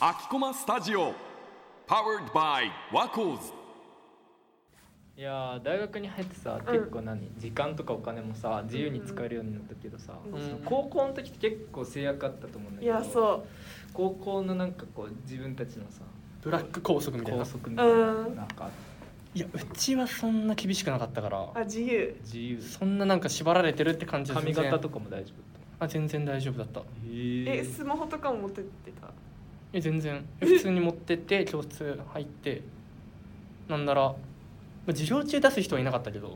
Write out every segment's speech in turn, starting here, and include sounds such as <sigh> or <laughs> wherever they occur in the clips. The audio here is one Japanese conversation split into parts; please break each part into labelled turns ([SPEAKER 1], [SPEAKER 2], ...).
[SPEAKER 1] 秋駒スタジオ Powered by ワコーズ
[SPEAKER 2] いやー大学に入ってさ結構何、時間とかお金もさ自由に使えるようになったけどさ、
[SPEAKER 3] うん
[SPEAKER 2] その高校の時って結構制約あったと思うんだ
[SPEAKER 3] い
[SPEAKER 2] けど
[SPEAKER 3] やそ
[SPEAKER 2] 高校のなんかこう自分たちのさ
[SPEAKER 4] ブラック拘束みたいな
[SPEAKER 2] 校則みたいな
[SPEAKER 3] うん
[SPEAKER 2] なんか
[SPEAKER 4] いやうちはそんな厳しくなかったから
[SPEAKER 3] うあ自由
[SPEAKER 2] 自由
[SPEAKER 4] そんななんか縛られてるって感じは
[SPEAKER 2] 髪
[SPEAKER 4] 全然
[SPEAKER 2] 型とかも大丈夫だっ
[SPEAKER 4] あ全然大丈夫だったい
[SPEAKER 2] た
[SPEAKER 3] え
[SPEAKER 2] へ
[SPEAKER 3] スマホとかも持ってってた
[SPEAKER 4] や
[SPEAKER 2] <laughs>
[SPEAKER 4] 全然普通に持ってって教室入ってなんならまあ授業中出す人はいなかったけど
[SPEAKER 3] う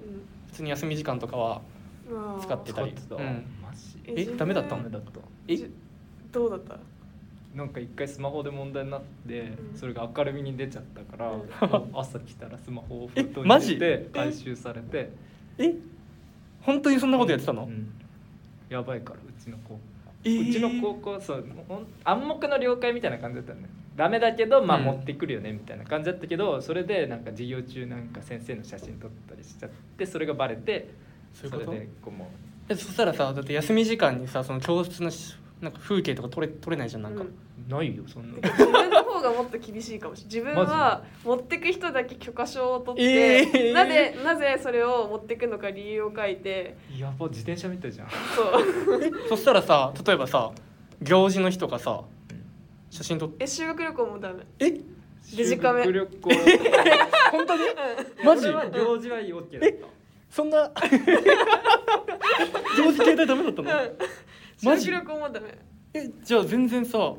[SPEAKER 4] 普通に休み時間とかは
[SPEAKER 3] んうわ
[SPEAKER 4] 使ってた
[SPEAKER 2] 使っ
[SPEAKER 4] り
[SPEAKER 2] てた、
[SPEAKER 4] うん
[SPEAKER 2] マジ
[SPEAKER 3] え
[SPEAKER 4] え
[SPEAKER 3] 自分
[SPEAKER 4] ダメだった
[SPEAKER 2] ダ
[SPEAKER 4] の
[SPEAKER 2] メだった
[SPEAKER 4] え
[SPEAKER 3] じどうだった
[SPEAKER 2] なんか一回スマホで問題になって
[SPEAKER 3] うん
[SPEAKER 2] それが明るみに出ちゃったから、
[SPEAKER 4] ん
[SPEAKER 2] 朝来たらスマホを
[SPEAKER 4] え
[SPEAKER 2] 封筒に
[SPEAKER 4] マジ
[SPEAKER 2] 入れて回収されて
[SPEAKER 4] え本当にそんなことやってたの、
[SPEAKER 2] うんやばいからうちの高校、
[SPEAKER 4] えー
[SPEAKER 2] うちの高校そうほん暗黙の了解みたいな感じだったんだよダメだけどまあ
[SPEAKER 4] うん
[SPEAKER 2] 持ってくるよねみたいな感じだったけど、それでなんか授業中なんか先生の写真撮ったりしちゃってそれがバレて
[SPEAKER 4] そういうこと
[SPEAKER 2] れでこうも
[SPEAKER 4] えそしたらさだって休み時間にさその教室のしなんか風景とか撮れ撮れないじゃんなんか、
[SPEAKER 3] う
[SPEAKER 2] うないよ
[SPEAKER 4] <laughs>
[SPEAKER 2] そんな
[SPEAKER 3] てか自分の方がもっと厳しいかもしれない自分は
[SPEAKER 2] マ
[SPEAKER 3] 持ってく人だけ許可証を取って、
[SPEAKER 4] えー
[SPEAKER 3] なぜなぜそれを持ってくのか理由を書いて
[SPEAKER 2] やば自転車みたいじゃん <laughs>
[SPEAKER 3] そう
[SPEAKER 4] そしたらさ例えばさ行事の日とかさ写真撮って
[SPEAKER 3] え修学旅行もダメ
[SPEAKER 2] <laughs>
[SPEAKER 4] え
[SPEAKER 3] デジカメ
[SPEAKER 2] 修学旅行
[SPEAKER 4] 本当にマ
[SPEAKER 2] マ
[SPEAKER 4] ジ
[SPEAKER 2] ジは行事は OK だった
[SPEAKER 4] そんな <laughs> 行事携帯ダメだった
[SPEAKER 3] うん
[SPEAKER 4] の、マジ
[SPEAKER 3] 修学旅行もダメ
[SPEAKER 4] えじゃあ全然さ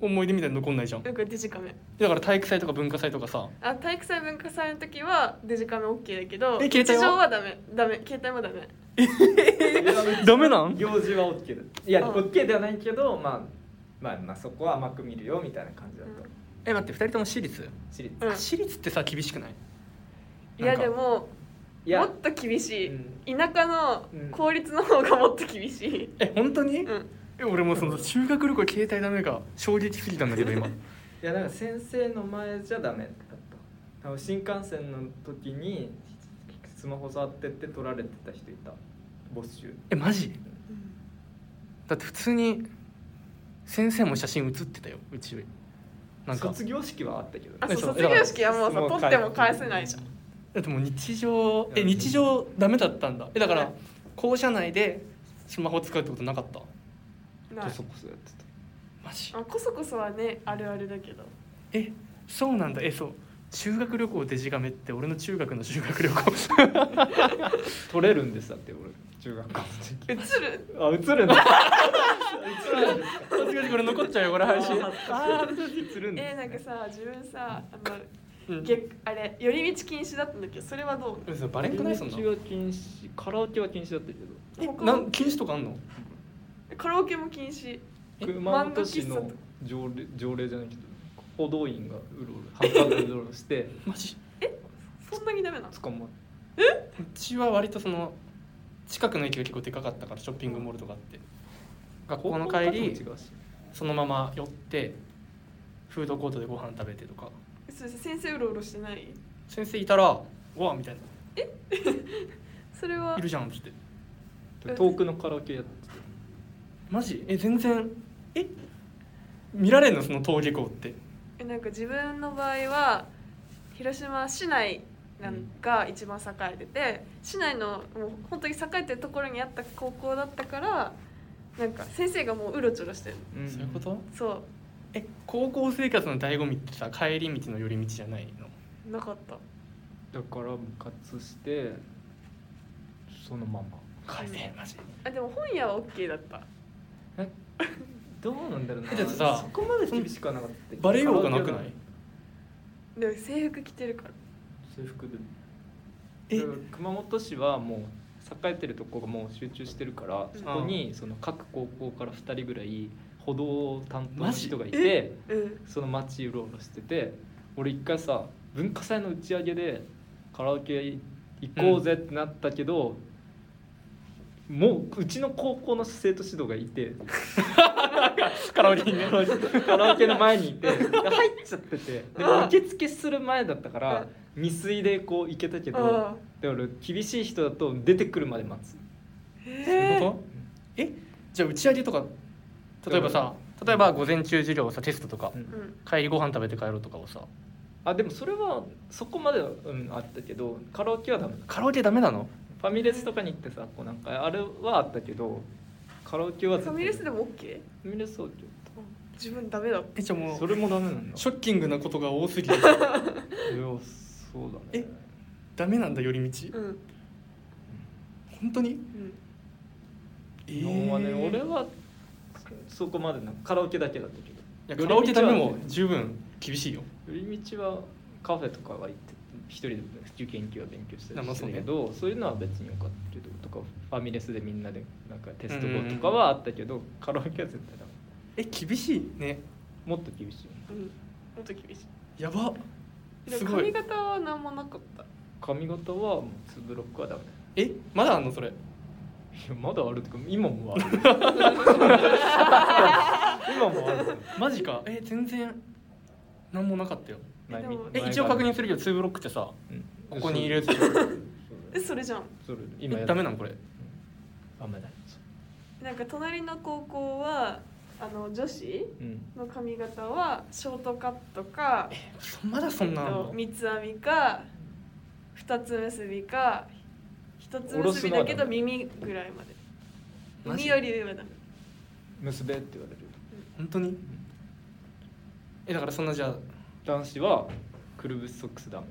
[SPEAKER 4] 思い出みたいに残んないじゃん
[SPEAKER 3] なんかデジカメ
[SPEAKER 4] だから体育祭とか文化祭とかさ
[SPEAKER 3] あ体育祭文化祭の時はデジカメ OK だけど
[SPEAKER 4] え携帯は
[SPEAKER 3] 地上はダメダメ携帯もダメ
[SPEAKER 4] <laughs> ダ
[SPEAKER 2] <laughs>
[SPEAKER 4] メなん
[SPEAKER 2] 行事は OK だいや
[SPEAKER 3] うん
[SPEAKER 2] OK ではないけど、まあ、まあまあそこは甘く見るよみたいな感じだった、
[SPEAKER 3] う
[SPEAKER 4] え待って2人とも私立、
[SPEAKER 2] 私立
[SPEAKER 3] うん
[SPEAKER 4] 私立ってさ厳しくない
[SPEAKER 3] いや
[SPEAKER 4] なんか
[SPEAKER 3] でも
[SPEAKER 2] い
[SPEAKER 3] も
[SPEAKER 2] や
[SPEAKER 3] っと厳しい、
[SPEAKER 2] うん
[SPEAKER 3] 田舎の
[SPEAKER 2] うん
[SPEAKER 3] 公立の方がもっと厳しい、
[SPEAKER 4] え本当に、
[SPEAKER 3] うん、
[SPEAKER 4] え俺もその修学旅行携帯ダメが衝撃すぎたんだけど今
[SPEAKER 2] いやなんか先生の前じゃダメだったあの新幹線の時にスマホ触ってって取られてた人いた没収
[SPEAKER 4] <laughs> えマジだって普通に先生も写真写ってたようちなんか
[SPEAKER 2] 卒業式はあったけどね
[SPEAKER 3] あそ
[SPEAKER 4] え
[SPEAKER 3] う
[SPEAKER 4] そう
[SPEAKER 3] 卒業式はもうさ
[SPEAKER 2] もう
[SPEAKER 3] 取
[SPEAKER 2] 帰
[SPEAKER 3] っても返せないじゃん
[SPEAKER 4] だってもう日常え
[SPEAKER 2] うん
[SPEAKER 4] 日常ダメだったんだえだか
[SPEAKER 3] う
[SPEAKER 4] ら
[SPEAKER 3] ん
[SPEAKER 4] 校舎内でスマホ使うってことなかった
[SPEAKER 3] な
[SPEAKER 2] こ
[SPEAKER 3] い
[SPEAKER 2] そこそやってた
[SPEAKER 4] マジ
[SPEAKER 3] あこそこそはねあるあるだけど
[SPEAKER 4] えそうなんだえそう修学旅行デジカメって俺の中学の修学旅
[SPEAKER 2] <laughs>
[SPEAKER 4] 行
[SPEAKER 2] 取れるんですだって俺中学校の時
[SPEAKER 3] 映る
[SPEAKER 2] <laughs> あ映るんだ映らないんですか
[SPEAKER 4] 恥ずかしいこれ残っちゃうよこれ配
[SPEAKER 2] <laughs>
[SPEAKER 4] 信
[SPEAKER 2] あー映るんですね
[SPEAKER 3] えなんかさ自分さあの
[SPEAKER 4] うん
[SPEAKER 3] げあれ寄り道禁止だったんだけどそれはどう
[SPEAKER 4] 嘘バレんくないそんな
[SPEAKER 2] 練習は禁止カラオケは禁止だったけど
[SPEAKER 3] え
[SPEAKER 4] なん禁止とかあんの
[SPEAKER 3] カラオケも禁止
[SPEAKER 4] え
[SPEAKER 2] 熊本市
[SPEAKER 3] 漫画
[SPEAKER 2] の
[SPEAKER 3] 喫茶と
[SPEAKER 2] 条例条例じゃないけど歩道員がうろうろ半端でうろうろして
[SPEAKER 4] マジ
[SPEAKER 3] そんなにダメなの
[SPEAKER 2] 捕まっ
[SPEAKER 4] うちは割とその近くの駅が結構でかかったからショッピングモールとかあって学校の帰
[SPEAKER 2] 高校
[SPEAKER 4] り
[SPEAKER 2] の帰りも違うし
[SPEAKER 4] そのまま寄ってフードコートでご飯食べてとか
[SPEAKER 3] それさ先生うろうろしてない
[SPEAKER 4] 先生いたら「うわ」みたいな
[SPEAKER 3] それは
[SPEAKER 4] 「いるじゃん」っつって
[SPEAKER 2] 遠くのカラオケやってて
[SPEAKER 4] マジえ全然え見られんのその登下校って
[SPEAKER 3] えなんか自分の場合は広島市内なんが一番栄えてて市内のもう本当に栄えてるところにあった高校だったからなんか先生がもううろちょろしてる
[SPEAKER 4] そういうこと
[SPEAKER 3] そ
[SPEAKER 4] え高校生活の醍醐味ってさ帰り道の寄り道じゃないの
[SPEAKER 3] うなかった
[SPEAKER 2] だから部活してそのまま
[SPEAKER 4] 帰りねマジ
[SPEAKER 3] あでも本屋は OK だった
[SPEAKER 2] どうなんだろうな
[SPEAKER 4] えだってさ
[SPEAKER 2] そこまで厳しくはなかったけど
[SPEAKER 4] バレようがなくない
[SPEAKER 3] でも制服着てるから
[SPEAKER 2] 制服で
[SPEAKER 4] え
[SPEAKER 2] だから熊本市はもう栄えてるとこがもう集中してるから
[SPEAKER 3] うん
[SPEAKER 2] そこにその各高校から2人ぐらい歩道を担当の人がいて
[SPEAKER 3] うん
[SPEAKER 2] その街うろうろしてて俺一回さ文化祭の打ち上げでカラオケ行こうぜってなったけど、もううちの高校の生徒指導がいて
[SPEAKER 4] カラオケにね
[SPEAKER 2] カラオケの前にいてで入っちゃっててでも受付する前だったから未遂でこう行けたけど。
[SPEAKER 3] あ
[SPEAKER 2] だから厳しい人だと出てくるまで待つ
[SPEAKER 3] ー
[SPEAKER 4] そういう
[SPEAKER 3] へ
[SPEAKER 4] こ
[SPEAKER 3] え
[SPEAKER 4] とえじゃあ打ち上げとか例えばさ例えば午前中授業をさテストとか、
[SPEAKER 2] うん
[SPEAKER 3] うん
[SPEAKER 4] 帰りご飯食べて帰ろうとかをさ
[SPEAKER 2] あでもそれはそこまでは、うん、あったけどカラオケはダメだ
[SPEAKER 4] カラオケダメなの
[SPEAKER 2] ファミレスとかに行ってさこうなんかあれはあったけどカラオケは
[SPEAKER 3] ファミレスで
[SPEAKER 2] も
[SPEAKER 3] も OK?
[SPEAKER 2] ファミレスそうだけ
[SPEAKER 3] 自分ダメだ
[SPEAKER 4] えじゃあも
[SPEAKER 2] どそれもダメなんだ
[SPEAKER 4] ショッキングなことが多すぎ <laughs> て
[SPEAKER 2] いやそうだね
[SPEAKER 4] えダメなんだ寄り道
[SPEAKER 3] うん
[SPEAKER 4] 本当に
[SPEAKER 3] うん
[SPEAKER 4] え
[SPEAKER 2] 日本はね、俺はそこまでなんかカラオケだけだったけど
[SPEAKER 4] いやカラオケダメ
[SPEAKER 2] 寄り道
[SPEAKER 4] も
[SPEAKER 2] はね
[SPEAKER 4] 十分厳しいよ
[SPEAKER 2] 寄り道はカフェとかは行って一人で受験期は勉強したりしてたけど、そういうのは別によかったけどとかファミレスでみんなでなんかテスト後とかはあったけど、カラオケは絶対ダメ
[SPEAKER 4] え厳しいね
[SPEAKER 2] もっと厳しい
[SPEAKER 3] うんもっと厳し
[SPEAKER 4] やば
[SPEAKER 3] いですも
[SPEAKER 4] ご
[SPEAKER 3] 髪
[SPEAKER 4] い
[SPEAKER 3] 型は何もなかった
[SPEAKER 2] 髪型はもうツーブロックはダメ
[SPEAKER 4] えまだあんのそれ
[SPEAKER 2] いやまだあるってか今もあ
[SPEAKER 4] <laughs>
[SPEAKER 2] る今もある
[SPEAKER 4] マジかえ全然何もなかったよ
[SPEAKER 3] えでも
[SPEAKER 4] え一応確、認するけど2ブロックってさ
[SPEAKER 2] うん
[SPEAKER 4] ここにいるやつ
[SPEAKER 3] えそれじゃん
[SPEAKER 2] そうそれ今
[SPEAKER 4] え
[SPEAKER 2] や
[SPEAKER 4] ダメなのこれ
[SPEAKER 2] あんまりない
[SPEAKER 3] なんか隣の高校はあの女子
[SPEAKER 2] うん
[SPEAKER 3] の髪型はショートカットか
[SPEAKER 4] そまだそんな
[SPEAKER 3] えっ
[SPEAKER 4] んあん
[SPEAKER 3] と
[SPEAKER 4] の
[SPEAKER 3] 三つ編みか二つ結びか一つ結びだけど耳ぐらいまで
[SPEAKER 4] マジ
[SPEAKER 3] 耳より上まで
[SPEAKER 2] 結べって言われる
[SPEAKER 4] 本当にえだからそんなじゃあ
[SPEAKER 2] 男子はくるぶしソックスダメ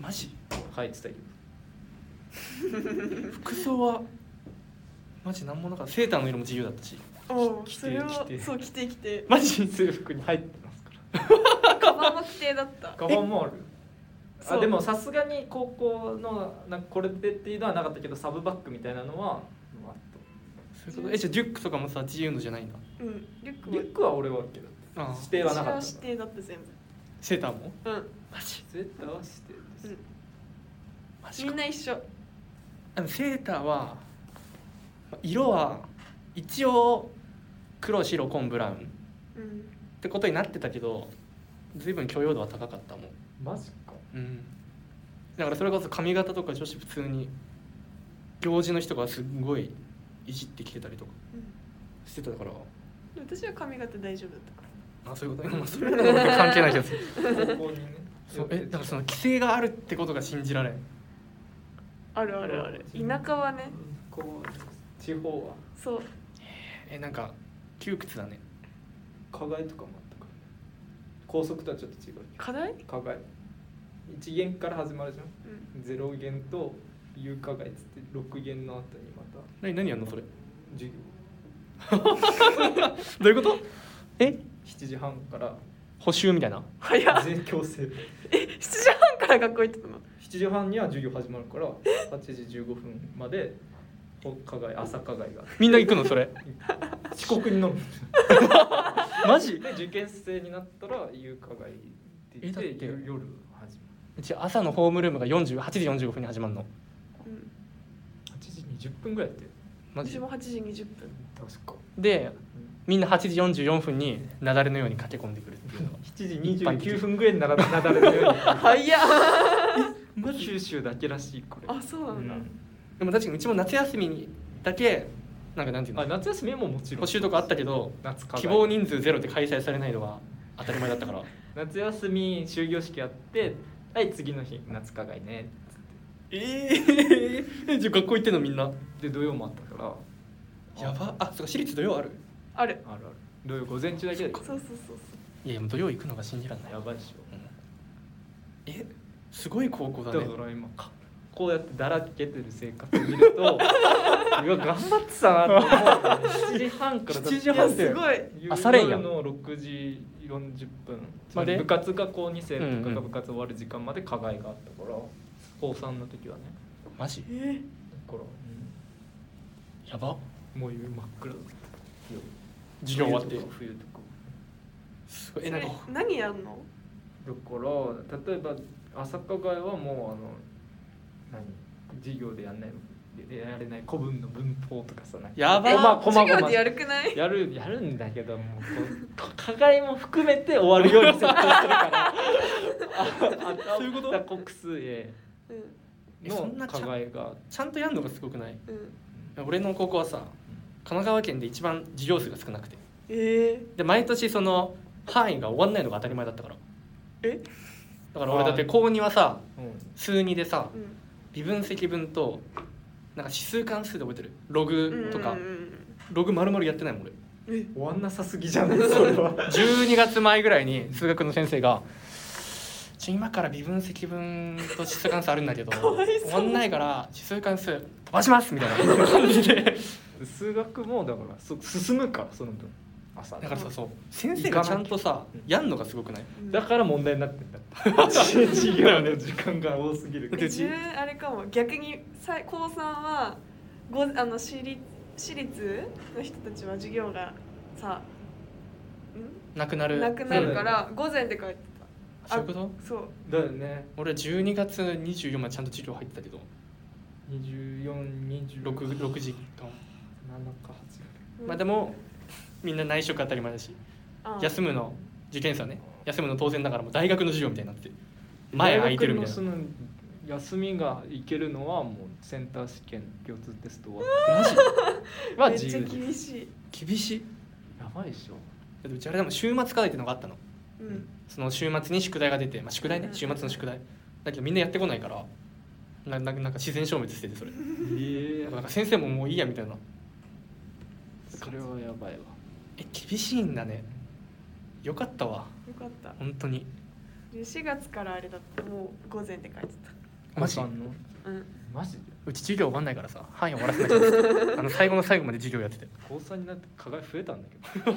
[SPEAKER 4] マジ
[SPEAKER 2] はい伝える
[SPEAKER 4] 服装はマジ何もなかったセーターの色も自由だったし
[SPEAKER 3] おう
[SPEAKER 2] き
[SPEAKER 3] それ
[SPEAKER 2] き
[SPEAKER 3] は
[SPEAKER 2] てきて
[SPEAKER 3] そう着てきて
[SPEAKER 4] マジ
[SPEAKER 2] 制服に入ってますから
[SPEAKER 3] カバンも規定だった
[SPEAKER 2] カバンもある
[SPEAKER 3] そ
[SPEAKER 2] あ
[SPEAKER 3] う
[SPEAKER 2] でもさすがに高校のなんかこれでっていうのはなかったけどサブバッグみたいなのはまああと
[SPEAKER 4] そういうことえじゃあリュックとかもさ自由のじゃないんだ
[SPEAKER 3] うんリュック
[SPEAKER 2] リ
[SPEAKER 3] は
[SPEAKER 2] ュックは俺はあるけど
[SPEAKER 4] ああ
[SPEAKER 2] 指定はなかっ
[SPEAKER 3] 私
[SPEAKER 2] た
[SPEAKER 3] は指定だった全
[SPEAKER 4] セーターも
[SPEAKER 3] 部うん
[SPEAKER 4] マジ
[SPEAKER 2] 絶対はしてです、
[SPEAKER 3] うん
[SPEAKER 4] マジ
[SPEAKER 3] み
[SPEAKER 4] か
[SPEAKER 3] んな一緒
[SPEAKER 4] あのセーターはま色は一応黒白紺ブラウンっ
[SPEAKER 3] うん
[SPEAKER 4] てことになってたけど随分許容度は高かったもん
[SPEAKER 2] マジか
[SPEAKER 4] うんだからそれこそ髪型とか女子普通に行事の日とかはすんごいいじってきてたりとかしてたから
[SPEAKER 3] うん私は髪型大丈夫だったか
[SPEAKER 4] あそういうことねまあそれはなんか関係ないけど
[SPEAKER 2] 高校にね
[SPEAKER 4] <laughs> そうえだからその規制があるってことが信じられん
[SPEAKER 3] らあるあるある田舎はね
[SPEAKER 2] こう地方は
[SPEAKER 3] そう
[SPEAKER 4] えなんか窮屈だね
[SPEAKER 2] 課外とかもあったから高速とはちょっと違うけ
[SPEAKER 3] 課題
[SPEAKER 2] ど課外1弦から始まるじゃん
[SPEAKER 3] うん
[SPEAKER 2] 0弦と有課外っつって6弦の後にまた
[SPEAKER 4] 何何やんのそれ
[SPEAKER 2] 授業
[SPEAKER 4] どういうことえ
[SPEAKER 2] 7時半から
[SPEAKER 4] 補習みたいな
[SPEAKER 3] 早っ
[SPEAKER 2] 全強制
[SPEAKER 3] 7時半から学校行ってたの
[SPEAKER 2] 7時半には授業始まるから8時15分までほ課外朝課外が
[SPEAKER 4] みんな行くのそれ
[SPEAKER 2] 遅刻になる
[SPEAKER 4] マジ
[SPEAKER 2] で受験生になったら有課外って言っ
[SPEAKER 4] えだ
[SPEAKER 2] て
[SPEAKER 4] って
[SPEAKER 2] 夜夜始ま
[SPEAKER 4] うち朝のホームルームが48時45分に始まるの
[SPEAKER 3] うん
[SPEAKER 2] る8時20分ぐらいやって
[SPEAKER 4] マ
[SPEAKER 3] 私
[SPEAKER 4] ジ
[SPEAKER 3] も8時20分
[SPEAKER 2] 確か
[SPEAKER 4] でみんな8時44分に雪崩のように駆け込んでくるっていうのが
[SPEAKER 2] 7時29分ぐらいにならなだれる
[SPEAKER 3] <laughs>
[SPEAKER 2] よう
[SPEAKER 3] 早っ
[SPEAKER 2] に九州だけらしいこれ
[SPEAKER 3] あそうなんだ
[SPEAKER 4] でも確かにうちも夏休みにだけなんかなんていう
[SPEAKER 2] あ
[SPEAKER 4] の
[SPEAKER 2] 夏休みももちろん
[SPEAKER 4] 補習とかあったけど
[SPEAKER 2] 夏課外
[SPEAKER 4] 希望人数ゼロで開催されないのは当たり前だったから
[SPEAKER 2] 夏休み終業式やってはい次の日夏課外ね
[SPEAKER 4] <laughs> ええ <laughs> じゃあ学校行ってんのみんな
[SPEAKER 2] で土曜もあったから
[SPEAKER 4] やばあそうか私立土曜ある
[SPEAKER 3] ある
[SPEAKER 2] あるある土曜午前中だけだよ
[SPEAKER 3] そうそうそうそう
[SPEAKER 4] いやいやもう土曜行くのが信じられない
[SPEAKER 2] やばいでし
[SPEAKER 4] うんえすごい高校
[SPEAKER 2] ょ
[SPEAKER 4] だ
[SPEAKER 2] だ
[SPEAKER 4] ね
[SPEAKER 2] から今こうやってだらけてる生活を見るとう
[SPEAKER 4] <laughs>
[SPEAKER 2] わ頑張ってたなって思う、ね、7時半からだって
[SPEAKER 4] 7時半
[SPEAKER 3] いやすごい
[SPEAKER 4] 朝練や
[SPEAKER 2] 夜
[SPEAKER 4] ん
[SPEAKER 2] の6時40分
[SPEAKER 4] まで
[SPEAKER 2] 部活が高2生とか
[SPEAKER 4] うんう
[SPEAKER 2] が
[SPEAKER 4] ん
[SPEAKER 2] 部活終わる時間まで課外があったから高3の時はね
[SPEAKER 4] マジ
[SPEAKER 3] え
[SPEAKER 2] だから、
[SPEAKER 4] やば
[SPEAKER 2] うんもう真っ暗だった
[SPEAKER 4] 授業終わって
[SPEAKER 2] 冬とか
[SPEAKER 4] す
[SPEAKER 3] ー
[SPEAKER 4] ごいえなんか
[SPEAKER 3] それ何やんの
[SPEAKER 2] だから例えば朝課外はもうあの何授業でやんないでやれない古文の文法とかさなんか
[SPEAKER 4] やば
[SPEAKER 3] え
[SPEAKER 4] い
[SPEAKER 2] こまこま
[SPEAKER 3] 授
[SPEAKER 2] ご
[SPEAKER 3] 業
[SPEAKER 2] ま
[SPEAKER 3] でやるくない
[SPEAKER 2] やるやるんだけどもうこう課外も含めて終わるように設定するから <laughs>
[SPEAKER 4] そういうこと
[SPEAKER 2] だから国数英
[SPEAKER 3] うん
[SPEAKER 4] えそん
[SPEAKER 2] の
[SPEAKER 4] なち
[SPEAKER 2] 課
[SPEAKER 4] ゃん
[SPEAKER 2] 外が
[SPEAKER 4] ちゃんとやるのがすごくない
[SPEAKER 3] うん
[SPEAKER 4] 俺の高校はさ神奈川県で一番授業数が少なくて
[SPEAKER 3] ええ
[SPEAKER 4] で毎年その範囲が終わんないのが当たり前だったから
[SPEAKER 3] え
[SPEAKER 4] だから俺だって高2はさ
[SPEAKER 2] うん
[SPEAKER 4] 数2でさ
[SPEAKER 3] うん
[SPEAKER 4] 微分積分となんか指数関数で覚えてるログとか
[SPEAKER 3] うんうん
[SPEAKER 4] ログ丸々やってないもん俺
[SPEAKER 3] うんえ
[SPEAKER 2] 終わんなさすぎじゃないそれは
[SPEAKER 4] 12月前ぐらいに数学の先生が「ちょ今から微分積分と指数関数あるんだけど
[SPEAKER 3] わいそう
[SPEAKER 4] 終わんないから指数関数飛ばします」みたいな感じで
[SPEAKER 2] 数学もだからそ進むからその分朝
[SPEAKER 4] だからさそう先生がちゃんとさ
[SPEAKER 2] うん
[SPEAKER 4] やんのがすごくない
[SPEAKER 3] うん
[SPEAKER 2] だから問題になってんだ <laughs> 授業の時間が多すぎる
[SPEAKER 3] で自分あれかも逆にさい高三はごあの私立私立の人たちは授業がさん
[SPEAKER 4] なくなる
[SPEAKER 3] なくなるから午前で帰って
[SPEAKER 4] そういうこと
[SPEAKER 3] たそう
[SPEAKER 2] <laughs> だよね
[SPEAKER 4] 俺12月24までちゃんと授業入ってたけど
[SPEAKER 2] 2426
[SPEAKER 4] 6, 6時間、
[SPEAKER 2] か
[SPEAKER 4] まあでもみんな内職当たり前だし休むの受験生はね休むの当然だからもう大学の授業みたいになってる
[SPEAKER 2] 8
[SPEAKER 4] 前空いてるみたいな
[SPEAKER 2] 大学のその休みが行けるのはもうセンター試験共通テスト終わ
[SPEAKER 4] マジ
[SPEAKER 2] って
[SPEAKER 3] め
[SPEAKER 4] <laughs>
[SPEAKER 2] は
[SPEAKER 3] っ
[SPEAKER 2] 自
[SPEAKER 3] ちゃ
[SPEAKER 2] 由で
[SPEAKER 3] 厳しい
[SPEAKER 4] 厳しい
[SPEAKER 2] やばいでしょ
[SPEAKER 4] だってうちあれでも週末課題っていうのがあったの
[SPEAKER 3] うん
[SPEAKER 4] その週末に宿題が出て、まあ、宿題
[SPEAKER 3] う
[SPEAKER 4] ね
[SPEAKER 3] ん
[SPEAKER 4] 週末の宿題だけどみんなやってこないからなななんか自然消滅しててそれ
[SPEAKER 2] ええ
[SPEAKER 4] なんか先生ももういいやみたいな
[SPEAKER 2] それはやばいわ
[SPEAKER 4] え厳しいんだねよかったわ
[SPEAKER 3] よかった
[SPEAKER 4] 本当に
[SPEAKER 3] で4月からあれだったもう午前で帰って
[SPEAKER 4] マジ
[SPEAKER 2] あんの
[SPEAKER 3] たうん
[SPEAKER 2] マジで
[SPEAKER 4] うち授業終わんないからさ <laughs> 範囲終わらせなきゃいけないあの最後の最後まで授業やってて
[SPEAKER 2] 高三になって課外増えたんだけど